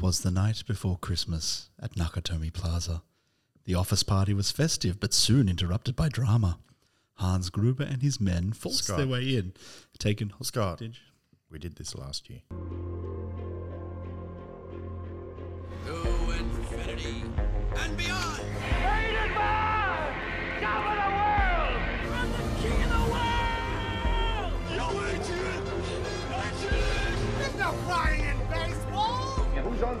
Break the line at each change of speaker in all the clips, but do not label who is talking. was the night before Christmas at Nakatomi Plaza. The office party was festive but soon interrupted by drama. Hans Gruber and his men forced
Scott.
their way in, taken
Scott.
hostage.
We did this last year.
to infinity and beyond.
Rated by Top of the World! I'm the king of the world! Yo, Adrian! Adrian! There's no crying in baseball!
Yeah, who's on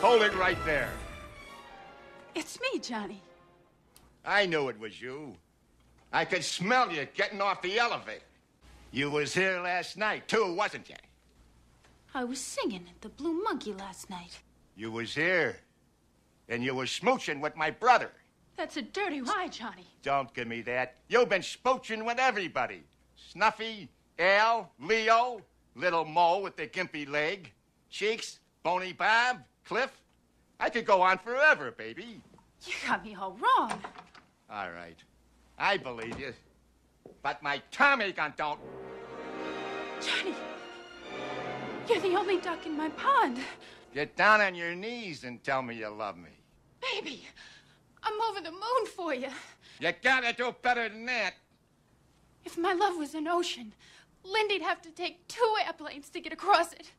Hold it right there.
It's me, Johnny.
I knew it was you. I could smell you getting off the elevator. You was here last night too, wasn't you?
I was singing at the Blue Monkey last night.
You was here, and you was smooching with my brother.
That's a dirty lie, Johnny.
Don't give me that. You've been smooching with everybody. Snuffy, Al, Leo, Little Mo with the gimpy leg, Cheeks, Bony Bob, Cliff. I could go on forever, baby.
You got me all wrong.
All right. I believe you. But my Tommy gun don't.
Johnny, you're the only duck in my pond.
Get down on your knees and tell me you love me.
Baby, I'm over the moon for you.
You gotta do better than that.
If my love was an ocean, Lindy'd have to take two airplanes to get across it.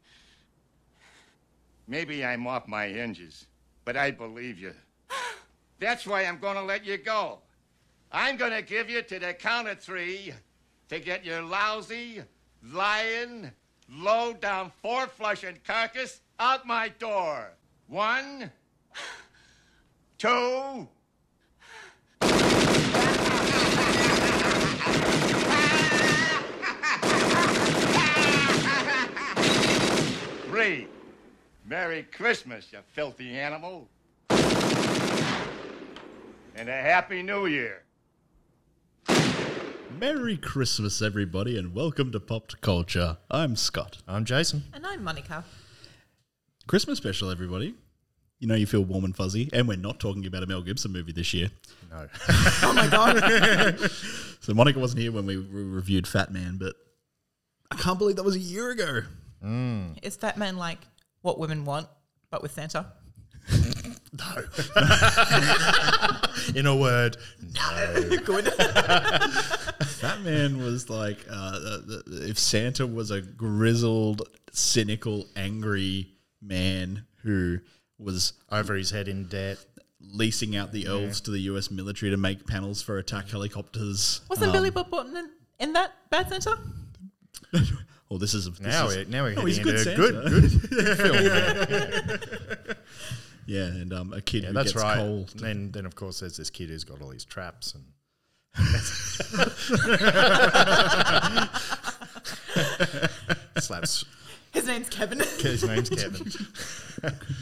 Maybe I'm off my hinges, but I believe you. That's why I'm gonna let you go. I'm gonna give you to the count of three to get your lousy, lying, low down, four flushing carcass out my door. One, two, three. Merry Christmas, you filthy animal. And a Happy New Year.
Merry Christmas, everybody, and welcome to Popped Culture. I'm Scott.
I'm Jason.
And I'm Monica.
Christmas special, everybody. You know you feel warm and fuzzy, and we're not talking about a Mel Gibson movie this year.
No. Oh
So Monica wasn't here when we re- reviewed Fat Man, but I can't believe that was a year ago.
Is Fat Man like what women want, but with Santa?
No,
In a word, no.
Fat Man was like uh, the, the, if Santa was a grizzled, cynical, angry man who was
Over his head in debt.
leasing out the elves to the U.S. military to make panels for attack helicopters.
Wasn't Billy Bob Thornton in, in that Bad Santa?
Well, this is this
Now
is-
we're, now we're
Oh, he's
heading
a good
into
Santa.
good, good
Yeah, and um, a kid
Yeah,
who
that's
gets
right.
cold.
Then, then of course, there's this kid who's got all these traps, and slaps.
His name's Kevin.
His name's Kevin.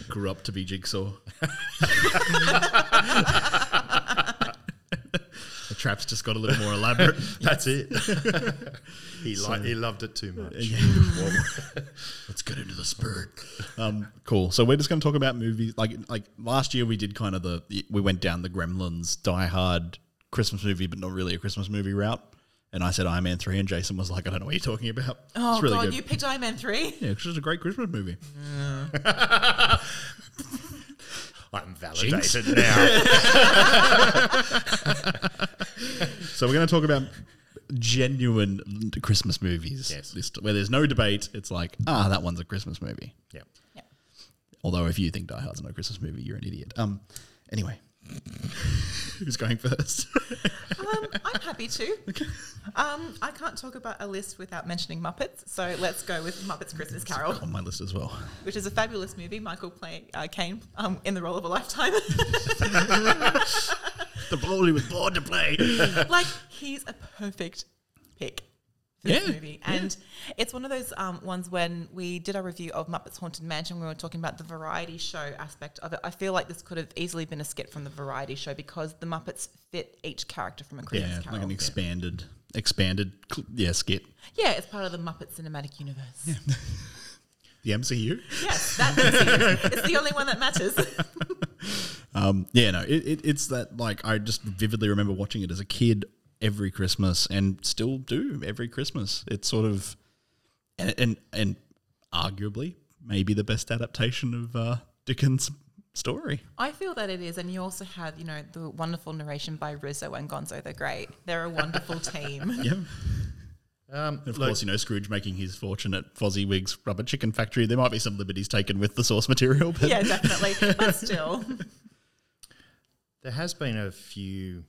grew up to be Jigsaw. the traps just got a little more elaborate.
That's it. he li- he loved it too much.
Let's get into the spirit. Um, cool. So we're just going to talk about movies. Like like last year, we did kind of the the- we went down the Gremlins, Die Hard, Christmas movie, but not really a Christmas movie route. And I said Iron Man three, and Jason was like, "I don't know what you're talking about."
Oh,
it's really
God,
good.
you picked Iron Man 3?
yeah, it's just a great Christmas movie.
I'm validated now.
So we're going to talk about genuine Christmas movies.
Yes.
This- where there's no debate. It's like, ah, that one's a Christmas movie.
yeah.
Although if you think Die Hard's not a Christmas movie, you're an idiot. Um, anyway, who's going first?
Um, I'm happy to. Um, I can't talk about a list without mentioning Muppets, so let's go with Muppets Christmas Carol,
On my list as well.
which is a fabulous movie. Michael play uh, Caine um, in the role of a lifetime.
The ball he was born to play.
like, he's a perfect pick for this
Yeah,
movie. And it's one of those um, ones when we did our review of Muppets Haunted Mansion, we were talking about the variety show aspect of it. I feel like this could have easily been a skit from the variety show because the Muppets fit each character from a Christmas
yeah,
Carol.
like an expanded, expanded, cl- yeah, skit.
yeah, it's part of the Muppet cinematic universe.
The MCU.
Yes, that is it. It's the only one that matters.
Um, yeah, no, it, it, it's that like I just vividly remember watching it as a kid every Christmas and still do every Christmas. It's sort of and and, and arguably maybe the best adaptation of uh, Dickens' story.
I feel that it is, and you also have, you know, the wonderful narration by Rizzo and Gonzo the Great. They're a wonderful team.
Yeah,
Um,
and of
like-
course you know Scrooge making his fortune at Fozziwig's Rubber Chicken Factory. There might be some liberties taken with the source material, but
Yeah, definitely. But still,
There has been a few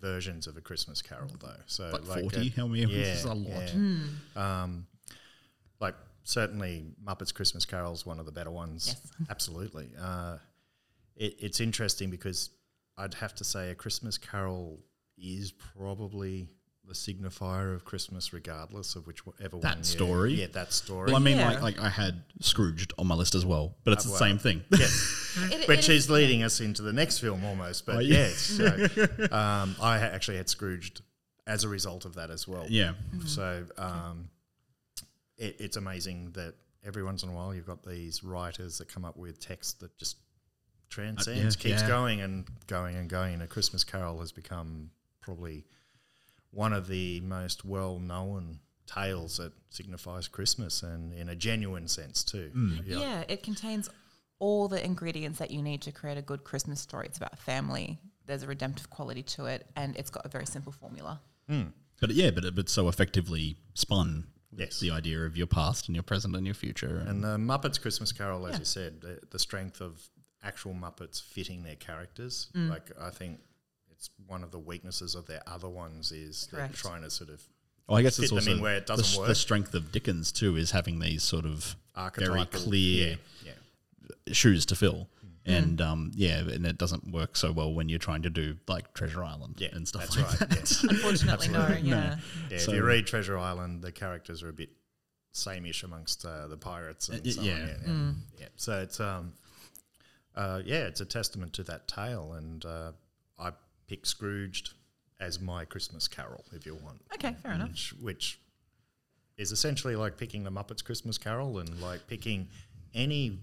versions of a Christmas Carol though. So
Like
uh,
40? How many? This is a lot.
Um, like certainly Muppets Christmas Carol is one of the better ones. Absolutely. Uh, it, it's interesting because I'd have to say a Christmas Carol is probably the signifier of Christmas, regardless of whichever one.
That
you-
story?
yeah, that story.
Well, I mean,
Yeah.
like, like I had Scrooged on my list as well, but it's
Uh,
the
well.
same thing.
It- it
which
is-
is leading us into the next film almost. But
Oh, yeah.
yes, so, um, I ha- actually had Scrooged as a result of that as well.
Yeah.
Mm-hmm.
So um, it, it's amazing that every once in a while you've got these writers that come up with text that just transcends,
Uh, yeah,
keeps
yeah.
going and going and going. A Christmas Carol has become probably one of the most well known tales that signifies Christmas and in a genuine sense too.
Mm.
yeah. it contains all the ingredients that you need to create a good Christmas story. It's about family. There's a redemptive quality to it, and it's got a very simple formula.
But yeah, but but so effectively spun.
Yes.
the idea of your past and your present and your future. And,
And the Muppets Christmas Carol, as you said, the, the strength of actual Muppets fitting their characters. Like I think it's one of the weaknesses of their other ones is they're
Correct.
trying to sort of
well, I guess
fit
it's
them
also
in where it
the
doesn't
s- the,
work.
strength of Dickens too is having these sort of very
Archetypal.
clear
yeah, Mm.
shoes to fill. And um, yeah, and it doesn't work so well when you're trying to do like Treasure Island
yeah,
and stuff
That's
like
right.
that.
yeah.
Unfortunately, no.
Absolutely. No.
Yeah.
Yeah,
So-
if you read Treasure Island, the characters are a bit sameish amongst uh, the pirates and
Y-
so on,
yeah.
Yeah, yeah. Yeah. So it's um, uh, yeah, it's a testament to that tale, and uh, I pick Scrooged as my Christmas Carol, if you want.
Okay, fair enough.
which, which is essentially like picking the Muppets Christmas Carol and like picking any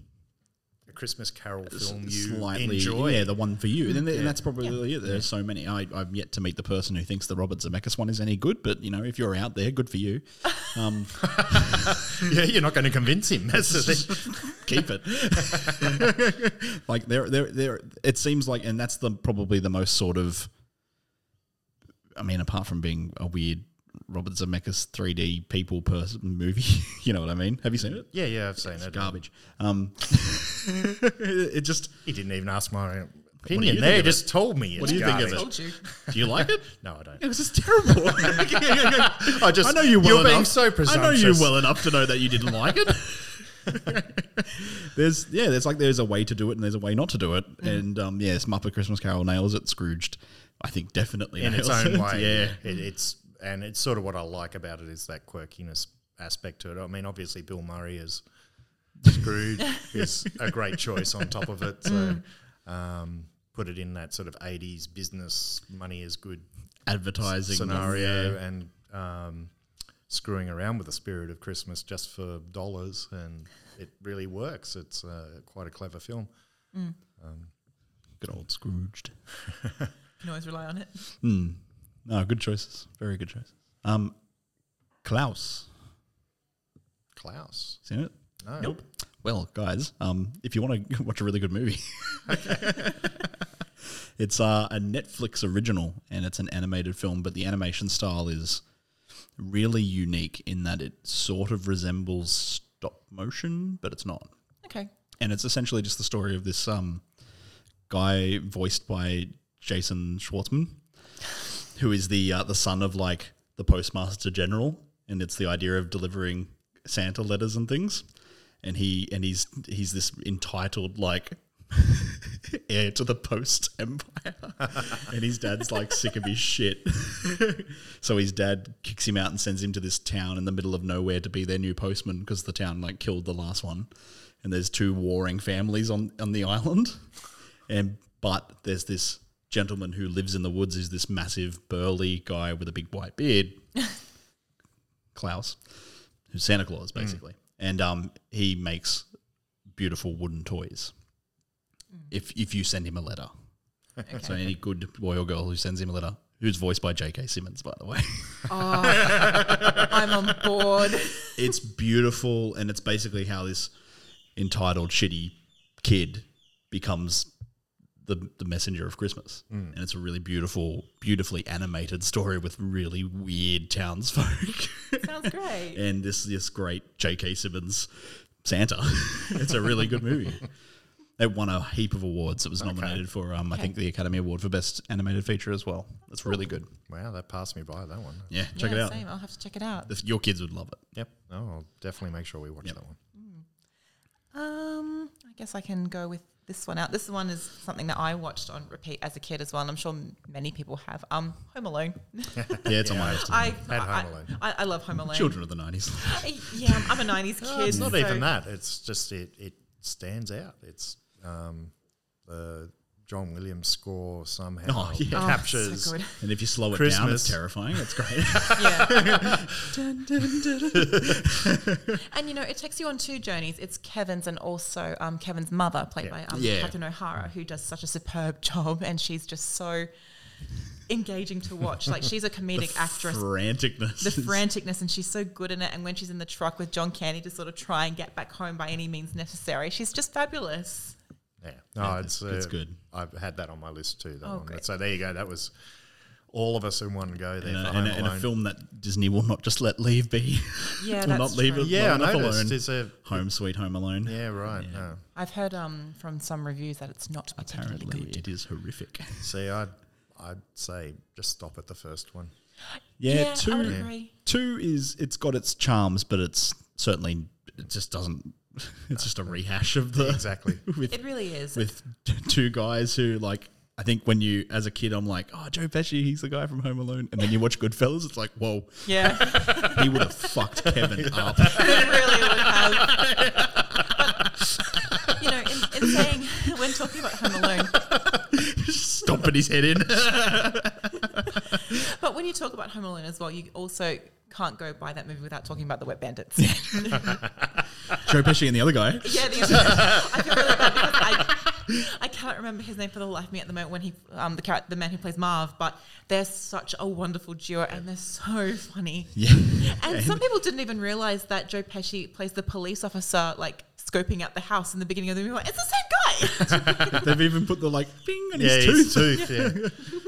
Christmas Carol film you enjoy.
yeah, the one for you. And, then and that's probably it. There's so many. I, I've yet to meet the person who thinks the Robert Zemeckis one is any good. But you know, if you're out there, good for you. Um,
yeah, you're not going to convince him. That's the thing.
keep it. like there, there, there. It seems like, and that's the probably the most sort of. I mean, apart from being a weird Robert Zemeckis 3D people person movie, you know what I mean? Have you seen it?
Yeah, yeah, I've seen
It's
it.
garbage. Um, it just.
He didn't even ask my
do you
opinion.
think
There,
of
he
it?
just told me.
What
it's
do you think of it?
garbage.
Told you.
Do you like it?
No, I don't.
It was just terrible.
I just.
I know you well
You're
enough.
being so
I
presumptuous.
know you well enough to know that you didn't like it. there's yeah, there's like there's a way to do it and there's a way not to do it. And um, yes, Muppet Christmas Carol nails it. Scrooged, I think definitely
in its
nails
own
it.
way.
Yeah.
It, it's and it's sort of what I like about it is that quirkiness aspect to it. I mean, obviously Bill Murray is Scrooge is a great choice on top of it. So
Mm.
um, put it in that sort of eighties business money is good
advertising
scenario
yeah.
and um, screwing around with the spirit of Christmas just for dollars, and it really works. It's uh, quite a clever film.
Good old Scrooged.
Can always rely on it.
No, good choices. Very good choices. Um, Klaus,
Klaus,
seen it?
no,
Well, guys, um, if you want to watch a really good movie, it's uh, a Netflix original and it's an animated film, but the animation style is really unique in that it sort of resembles stop motion, but it's not.
Okay.
And it's essentially just the story of this um, guy voiced by Jason Schwartzman, who is the uh, the son of like the postmaster general, and it's the idea of delivering Santa letters and things. And he and he's he's this entitled like heir to the post empire. and his dad's like sick of his shit. so his dad kicks him out and sends him to this town in the middle of nowhere to be their new postman because the town like killed the last one. And there's two warring families on, on the island. And but there's this gentleman who lives in the woods is this massive burly guy with a big white beard. Klaus, who's Santa Claus basically. And um he makes beautiful wooden toys. If if you send him a letter. So any good boy or girl who sends him a letter, who's voiced by J.K. Simmons, by the way.
Oh, I'm on board.
it's beautiful and it's basically how this entitled shitty kid becomes the, the messenger of Christmas. And it's a really beautiful, beautifully animated story with really weird townsfolk.
Sounds great.
and this this great J.K. Simmons Santa. it's a really good movie. It won a heap of awards. It was nominated for, um, I think, the Academy Award for Best Animated Feature as well. It's really good.
Wow, that passed me by that one.
Yeah, check it
Yeah,
out.
Same. I'll have to check it out.
If- Your kids would love it.
Yep. No, I'll definitely make sure we watch that one.
Um, I guess I can go with this one out. This one is something that I watched on repeat as a kid as well, and I'm sure m- many people have. Um, Home Alone.
Yeah, it's on my list. as
I,
well.
I,
Had Home Alone.
I, I love Home Alone.
Children of the 90s.
I- yeah, I'm- I'm a '90s kid.
it's not
so-
even that. It's just it it stands out. It's um, the John Williams score somehow
Oh, yeah. Oh, it's so
captures.
good.
And if you slow it down,
Christmas.
it's terrifying. It's great.
Yeah. Dun, dun, dun, dun. and you know, it takes you on two journeys. It's Kevin's and also um, Kevin's mother, played by um,
Yeah.
Catherine O'Hara, who does such a superb job, and she's just so engaging to watch. Like she's a comedic actress.
Franticness.
the
is-
franticness and she's so good in it and when she's in the truck with john candy to sort of try and get back home by any means necessary she's just fabulous
Yeah, no, it's uh,
it's good.
I've had that on my list too. That
Oh,
one.
great.
So there you go. That was all of us in one go there.
in a,
for
in
Home
a- in a
Alone.
film that Disney will not just let leave be.
Yeah,
will
that's
not leave
true.
it
Yeah, I
long enough
noticed.
alone.
It's a-
Home Sweet Home Alone.
Yeah, right. Uh, no.
i've heard um, from some reviews that it's not particularly
Apparently,
good
it is horrific.
See, I'd I'd say just stop at the first one.
Yeah,
Yeah, I
two.
would agree.
Two is it's got its charms, but it's certainly it just doesn't. It's just a rehash of the
Exactly.
with
it really is
with two guys who like. I think when you, as a kid, I'm like, oh, Joe Pesci, he's the guy from Home Alone, and then you watch Goodfellas, it's like, whoa,
yeah
he would have fucked Kevin up.
It really would have. But, you know, in, in saying when talking about Home Alone,
stomping his head in.
but when you talk about Home Alone as well, you also can't go by that movie without talking about the Wet Bandits.
Joe Pesci and the other guy.
yeah, the, I feel really bad because I, I cannot remember his name for the life of me at the moment. When he, um, the character, the man who plays Marv, but they're such a wonderful duo and they're so funny.
Yeah.
And some people didn't even realize that Joe Pesci plays the police officer, like scoping out the house in the beginning of the movie. Like, it's the same guy.
They've even put the like bing on
Yeah,
his tooth.
his tooth. Yeah.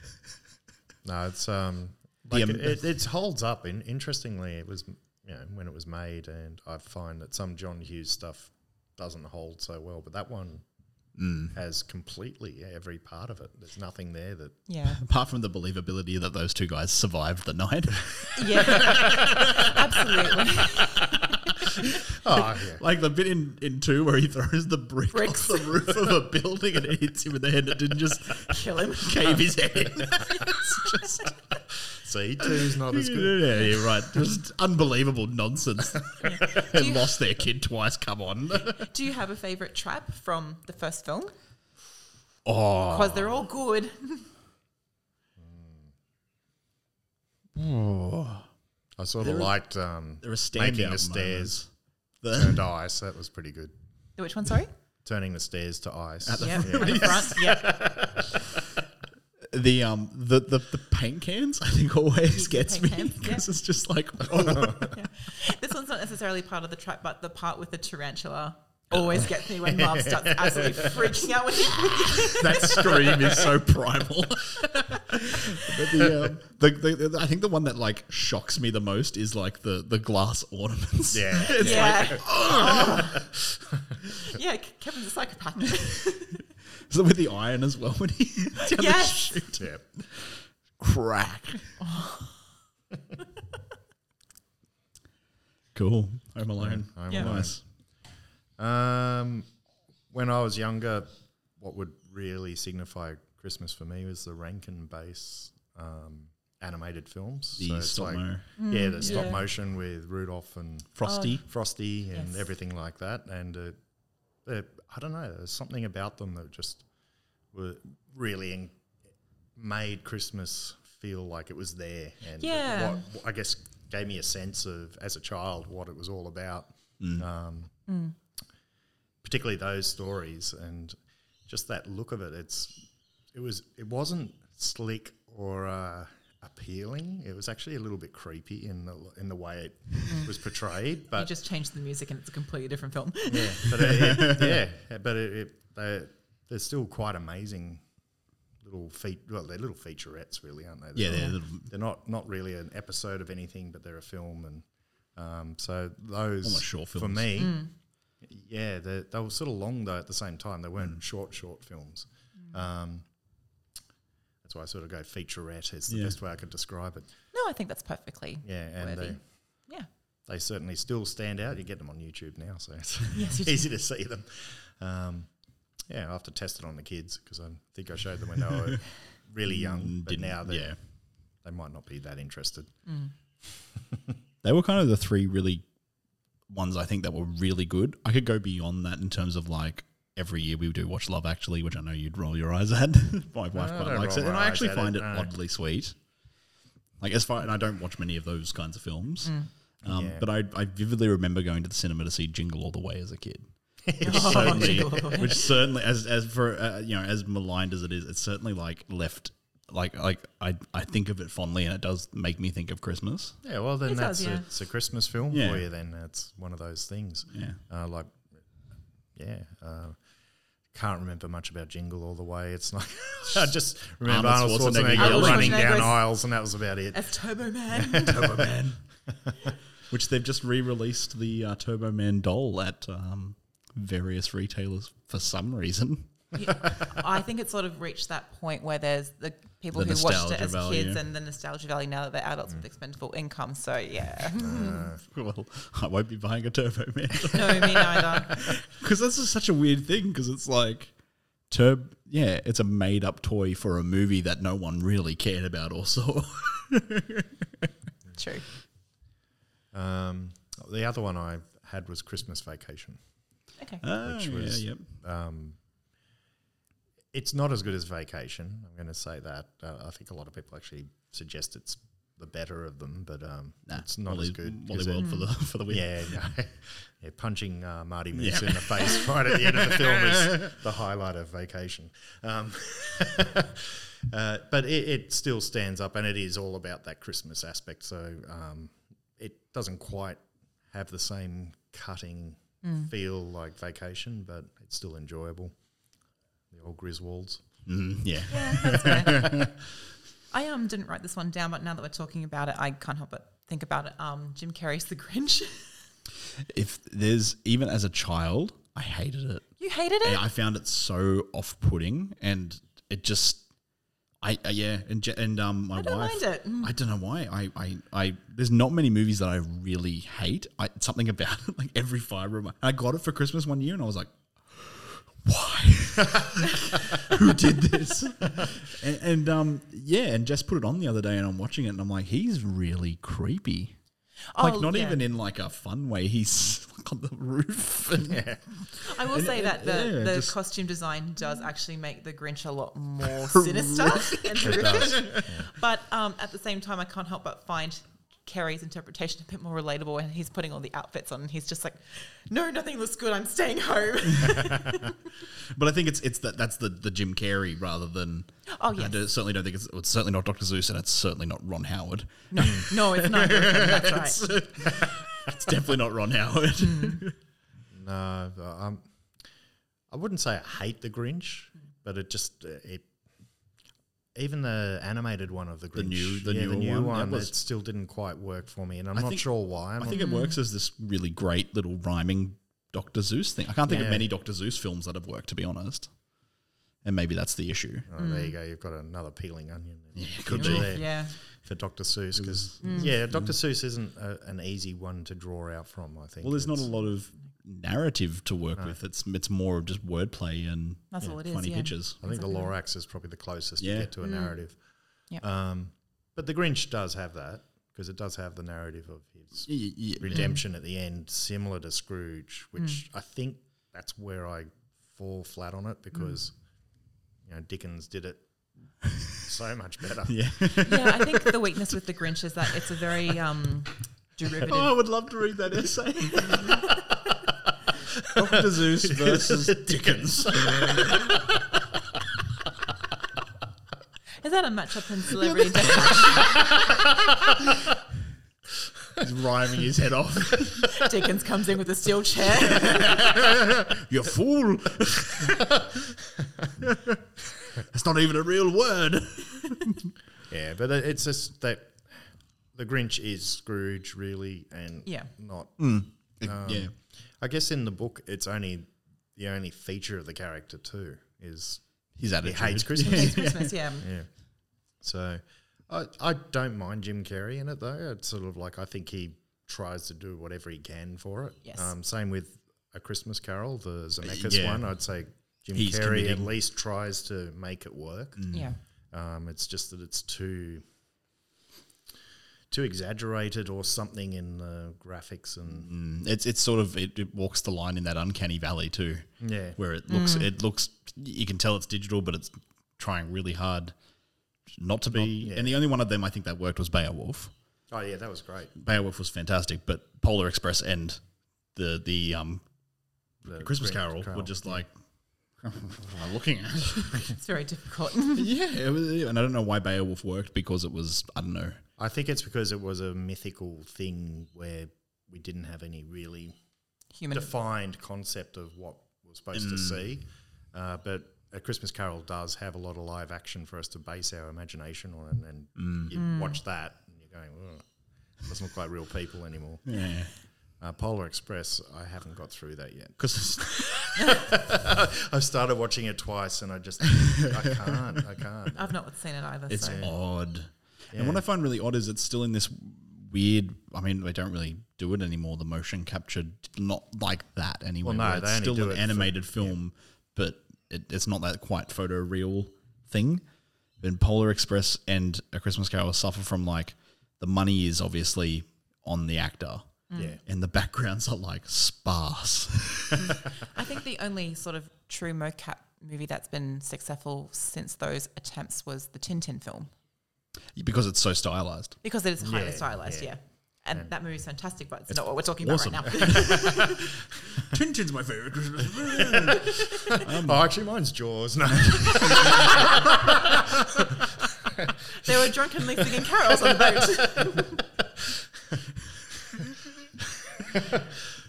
no, it's um,
The
like
am-
it, it, it holds up. In, interestingly, it was you know when it was made, and I find that some John Hughes stuff doesn't hold so well, but that one has completely every part of it. There's nothing there that
yeah.
Apart from the believability that those two guys survived the night,
Yeah, absolutely.
oh yeah.
like the bit in, in two where he throws the brick
Bricks.
off the roof of a building and it hits him in the head, it didn't just
Kill him.
cave his head. in. it's just
See, two's not as good.
yeah, you're right. Just unbelievable nonsense.
Do
and
you-
lost their kid twice. Come on.
Do you have a favorite trap from the first film?
Oh,
Because they're all good.
I sort of liked um,
there are
making
standout
the stairs
moments.
turned ice. That was pretty good.
Which one? Sorry.
Turning the stairs to ice.
Yeah. at the front. Yeah.
the um the, the the paint cans I think always gets me
paint cans, yeah.
because it's just like oh,
This one's not necessarily part of the trap, but the part with the tarantula always gets me when Marv starts absolutely freaking out when he
that scream is so primal. but the, um, the, the, the I think the one that like shocks me the most is like the the glass ornaments.
Yeah.
it's
Yeah.
like
Oh. yeah, Ke- Kevin's a psychopath.
is it with the iron as well when he down the
Yes.
chute
Yeah.
crack. cool. Home Alone.
Home
Yeah.
Alone.
Nice.
Um, when I was younger, what would really signify Christmas for me was the Rankin Bass um, animated films.
The
it's
stop mo.
yeah,
Mm,
the stop
yeah.
motion with Rudolph and
Frosty. Oh.
Frosty, and
Yes.
everything like that. And uh, they're- I don't know, there's something about them that just were really in, made Christmas feel like it was there. And
Yeah.
what, I guess gave me a sense of as a child what it was all about. Um,
Mm.
particularly those stories and just that look of it. It's it was it wasn't slick or uh, appealing. It was actually a little bit creepy in the in the way
Mm.
it was portrayed.
you
But
just changed the music and it's a completely different film.
yeah, but it, it- yeah, but it, it they they're still quite amazing little feat. Well, they're little featurettes, really, aren't they?
Yeah, they're
not,
little-
they're not not really an episode of anything, but they're a film, and um, so those
Almost short
for
films.
me.
Mm.
Yeah, they, they were sort of long though. At the same time, they weren't
Mm.
short short films. Um, that's why I sort of go featurette is the
Yeah.
best way I could describe it.
No, I think that's perfectly
Yeah, and
worthy.
they,
Yeah.
they certainly still stand out. You get them on YouTube now, so it's
Yes, you do.
easy to see them. Um, yeah, I have to test it on the kids because I think I showed them when they were really young,
Mm,
but
didn't-
now they
yeah.
they might not be that interested.
They were kind of the three really ones I think that were really good. I could go beyond that in terms of like every year we do watch Love Actually, which I know you'd roll your eyes at. My wife
I
quite
don't
likes
roll
it, and
my
I
eyes
actually
at
find
it,
it
no.
oddly sweet. Like as far, and I don't watch many of those kinds of films,
Mm.
um,
Yeah.
but I, I vividly remember going to the cinema to see Jingle All the Way as a kid. Which
Oh,
certainly,
Jingle All the Way.
which certainly, as as for uh, you know, as maligned as it is, it's certainly like left, like like I I think of it fondly, and it does make me think of Christmas.
Yeah, well then
It
that's
does, yeah.
a, it's a Christmas film
Yeah.
for you. Then that's one of those things.
Yeah.
uh, like yeah. Uh, can't remember much about Jingle all the way. It's like I just remember
Arnold Schwarzenegger
Arnold, Schwarzenegger,
yelling.
running down
Schwarzenegger's-
aisles, and that was about it.
As Turbo Man.
Turbo Man.
which they've just re-released the uh, Turbo Man doll at um, various retailers for some reason.
I think it's sort of reached that point where there's the people
The
who watched
nostalgia
it as
value. Mm.
kids and the nostalgia value now that they're adults with expendable income. So yeah,
well, I won't be buying a Turbo Man.
No, me neither.
Because that's just such a weird thing. Because it's like, turb, yeah, it's a made-up toy for a movie that no one really cared about. Also,
true.
Um, the other one I had was Christmas Vacation.
Okay.
Ah, yeah, yep.
Um, it's not as good as Vacation. I'm going to say that. Uh, I think a lot of people actually suggest it's the better of them, but um,
Nah,
it's not
Wally-
as good.
Wally
'cause
World
it-
for the- for the win.
Yeah, no. yeah punching uh, Marty Moose
Yeah.
in the face right at the end of the film is the highlight of Vacation. Um, uh, but it, it still stands up, and it is all about that Christmas aspect. So um, it doesn't quite have the same cutting
Mm.
feel like Vacation, but it's still enjoyable. The old Griswolds.
Mm, yeah.
Yeah, that's fair. I um didn't write this one down, but now that we're talking about it, I can't help but think about it. Um, Jim Carrey's The Grinch.
if there's even as a child, I hated it.
You hated it?
And I found it so off-putting, and it just, I uh, yeah, and Je- and um, my
I don't
wife,
mind it. Mm.
I don't know why. I, I I there's not many movies that I really hate. I something about it, like every fiber of my. I got it for Christmas one year, and I was like, why? Who did this? and, and um, yeah, and Jess put it on the other day, and I'm watching it, and I'm like, he's really creepy. Like
Oh,
not
yeah.
even in like a fun way. He's on the roof. And yeah.
I will
And-
say that the,
yeah,
the
just-
costume design does actually make the Grinch a lot more sinister and horrific. But um, at the same time, I can't help but find Carrie's interpretation a bit more relatable when he's putting all the outfits on and he's just like, no, nothing looks good. I'm staying home.
But I think it's it's that that's the, the Jim Carrey rather than.
Oh,
I
yes.
do- certainly don't think it's, it's certainly not Doctor Zeus and it's certainly not Ron Howard.
no, no, it's not. That's right.
it's, it's definitely not Ron Howard.
Hmm.
No, but, um, I wouldn't say I hate the Grinch, but it just uh, it even the animated one of the Grinch,
new- the
yeah,
newer
new
one,
one,
that was-
it still didn't quite work for me, and I'm
I
not
think-
sure why. I'm
I think
not-
it works as this really great little rhyming Doctor Zeus thing. I can't think of
Yeah.
many Doctor Zeus films that have worked, to be honest. and maybe that's the issue.
Oh, There you go. You've got another peeling onion.
Mm. Yeah, could
Over
be.
there
Yeah.
For Dr. Seuss, because
Mm.
yeah, Dr. Seuss isn't a, an easy one to draw out from. I think.
Well, there's not a
It's-
lot of narrative to work
No.
with. It's it's more of just wordplay and
That's all it is,
funny
yeah.
pictures.
I think the
Exactly.
Lorax is probably the closest
Yeah.
you get to a
Mm.
narrative.
Yep.
Um, but the Grinch does have that because it does have the narrative of his
Y- y- yeah.
redemption at the end, similar to Scrooge, which
Mm.
I think that's where I fall flat on it because you know Dickens did it so much better.
Yeah.
yeah, I think the weakness with the Grinch is that it's a very um, derivative.
Oh, I would love to read that essay. Dr. Zeus versus Dickens.
Is that a matchup in celebrity? Death
He's rhyming his head off.
Match? Dickens comes in with a steel chair.
You fool! That's not even a real word.
Yeah, but it- it's just that the Grinch is Scrooge, really, and
Yeah.
not. Um,
yeah.
I guess in the book, it's only the only feature of the character too is
His
he
attitude.
hates Christmas.
Christmas, yeah.
yeah, so I I don't mind Jim Carrey in it though. It's sort of like I think he tries to do whatever he can for it.
Yes.
Um, same with A Christmas Carol, the Zemeckis
yeah.
one. I'd say Jim
He's
Carrey at
committing. Mm.
least tries to make it work.
Yeah.
Um, it's just that it's too too exaggerated or something in the graphics
Mm.
and
It's it's sort of it, it walks the line in that uncanny valley too.
Yeah.
Where it looks it looks you can tell it's digital, but it's trying really hard not to be.
yeah.
And the only one of them I think that worked was Beowulf.
oh yeah, that was great.
Beowulf was fantastic, but Polar Express and the the um
The
Christmas Carol,
Grinch
were just like I'm looking at.
It's very difficult.
yeah, it was, and I don't know why Beowulf worked because it was I don't know.
I think it's because it was a mythical thing where we didn't have any really
Human.
defined concept of what we're supposed
Mm.
to see. Uh, but A Christmas Carol does have a lot of live action for us to base our imagination on, and, then
Mm.
you watch that and you're going, "Ugh, doesn't look like real people anymore.
Yeah,
Uh, Polar Express, I haven't got through that yet.
because
I've started watching it twice, and I just I can't, I can't.
I've not seen it either.
It's
so.
odd. And what I find really odd is it's still in this weird. I mean, they don't really do it anymore. The motion capture, not like that anyway.
Well, no,
where
they
it's still
only do
an
it for-
animated film, but it, it's not that quite photoreal thing. And Polar Express and A Christmas Carol suffer from like the money is obviously on the actor.
Mm. Yeah.
And the backgrounds are like sparse.
I think the only sort of true mocap movie that's been successful since those attempts was the Tintin film
because it's so stylized.
because it is highly
Yeah,
stylized. Yeah.
yeah.
And that movie's fantastic, but it's, not what we're talking
awesome.
about right now.
Tintin's my favorite Christmas
oh, actually, mine's Jaws. No,
they were drunkenly singing carols on the boat.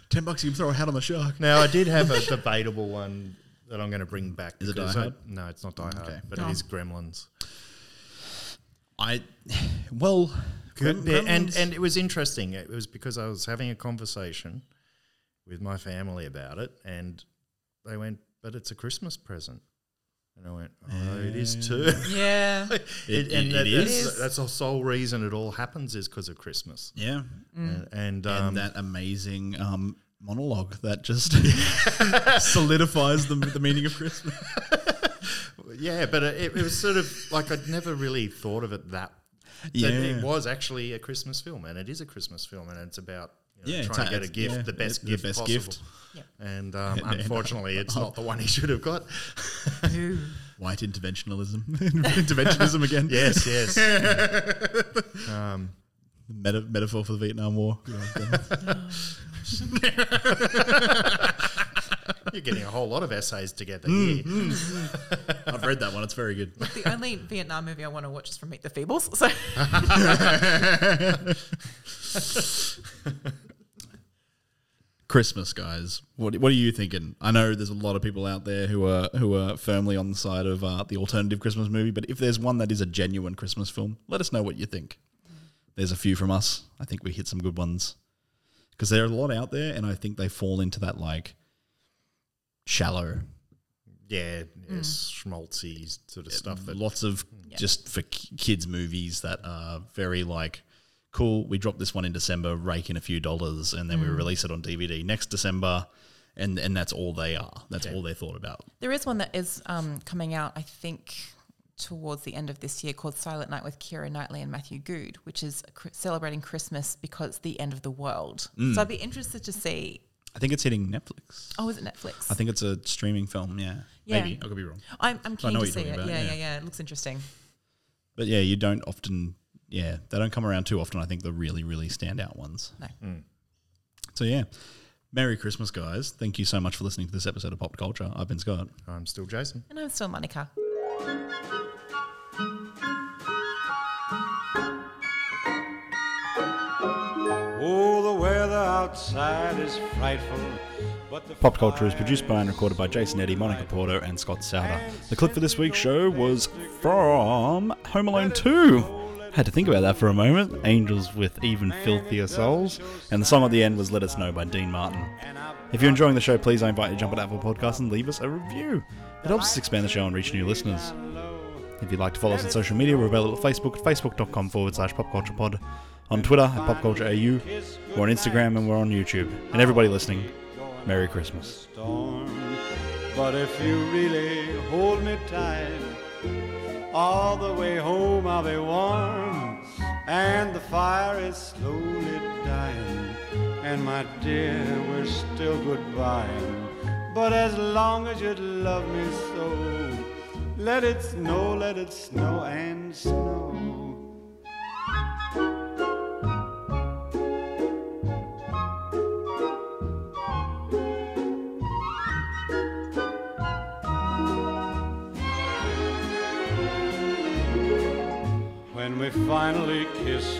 Ten bucks you can throw a hat on the shark.
now I did have a debatable one that I'm going to bring back.
Is it
because
Die
I-
Hard? Oh,
no, it's not Die Hard,
Okay.
but
No.
it is Gremlins.
I well Grem-
Yeah, and
Gremlins-
and it was interesting. It was because I was having a conversation with my family about it, and they went, "But it's a Christmas present," and I went, "Oh, it is too."
yeah.
It,
it-
and
it
that-
is.
That's, that's the sole reason it all happens is because of Christmas.
yeah,
And, and,
Mm. and
um,
that amazing um, monologue that just solidifies the, the meaning of Christmas.
yeah, but it, it was sort of like I'd never really thought of it that.
Yeah.
that it was actually a Christmas film, and it is a Christmas film, and it's about you know,
Yeah,
trying
it's-
to get a
it's-
gift,
yeah,
the best
the
gift
best
possible.
gift. oh.
Yep.
And um, unfortunately, it's not the one he should have got.
White interventionalism, interventionism again.
Yes, yes.
Meta- metaphor for the Vietnam War.
You're getting a whole lot of essays together here.
I've read that one; it's very good.
The only Vietnam movie I want to watch is from Meet the Feebles. So
Christmas, guys. What what are you thinking? I know there's a lot of people out there who are who are firmly on the side of uh, the alternative Christmas movie, but if there's one that is a genuine Christmas film, let us know what you think. There's a few from us. I think we hit some good ones because there are a lot out there, and I think they fall into that like shallow
Yeah, yeah schmaltzy sort of stuff. That
lots of just for ki- kids movies that are very like cool we dropped this one in december rake in a few dollars and then we
Mm.
release it on dvd next december and and that's all they are that's all they thought about
There is one that is um, coming out, I think, towards the end of this year called Silent Night with Kira Knightley and Matthew Good, which is cr- celebrating Christmas because it's the end of the world.
Mm.
So I'd be interested to see.
i think it's hitting netflix
Oh, is it Netflix?
i think it's a streaming film yeah,
Yeah.
maybe i could be wrong
I'm, I'm
So I
keen
know
to
what
see
you're
it.
talking about,
yeah, yeah, yeah. It looks interesting.
but yeah you don't often yeah they don't come around too often i think the really really standout ones
No.
so yeah merry christmas guys thank you so much for listening to this episode of pop culture i've been scott
i'm still jason
And I'm still Monica.
Oh, the weather outside is frightful, but the
Pop Culture is produced by and recorded by Jason Eddy, Monica Porter, and Scott Souter. The clip for this week's show was from Home Alone 2. Had to think about that for a moment. Angels with Even Filthier Souls. And the song at the end was Let Us Know by Dean Martin. If you're enjoying the show, please I invite you to jump on Apple Podcasts and leave us a review. It helps us expand the show and reach new listeners. If you'd like to follow us on social media, we're available at Facebook at facebook.com forward slash popculturepod, on Twitter at popcultureau, we're on Instagram and we're on YouTube. And everybody listening, Merry Christmas.
storm. But if you really hold me tight, all the way home I'll be warm, and the fire is slowly dying, and my dear, we're still goodbye. But as long as you love me so, let it snow, let it snow and snow. When we finally kiss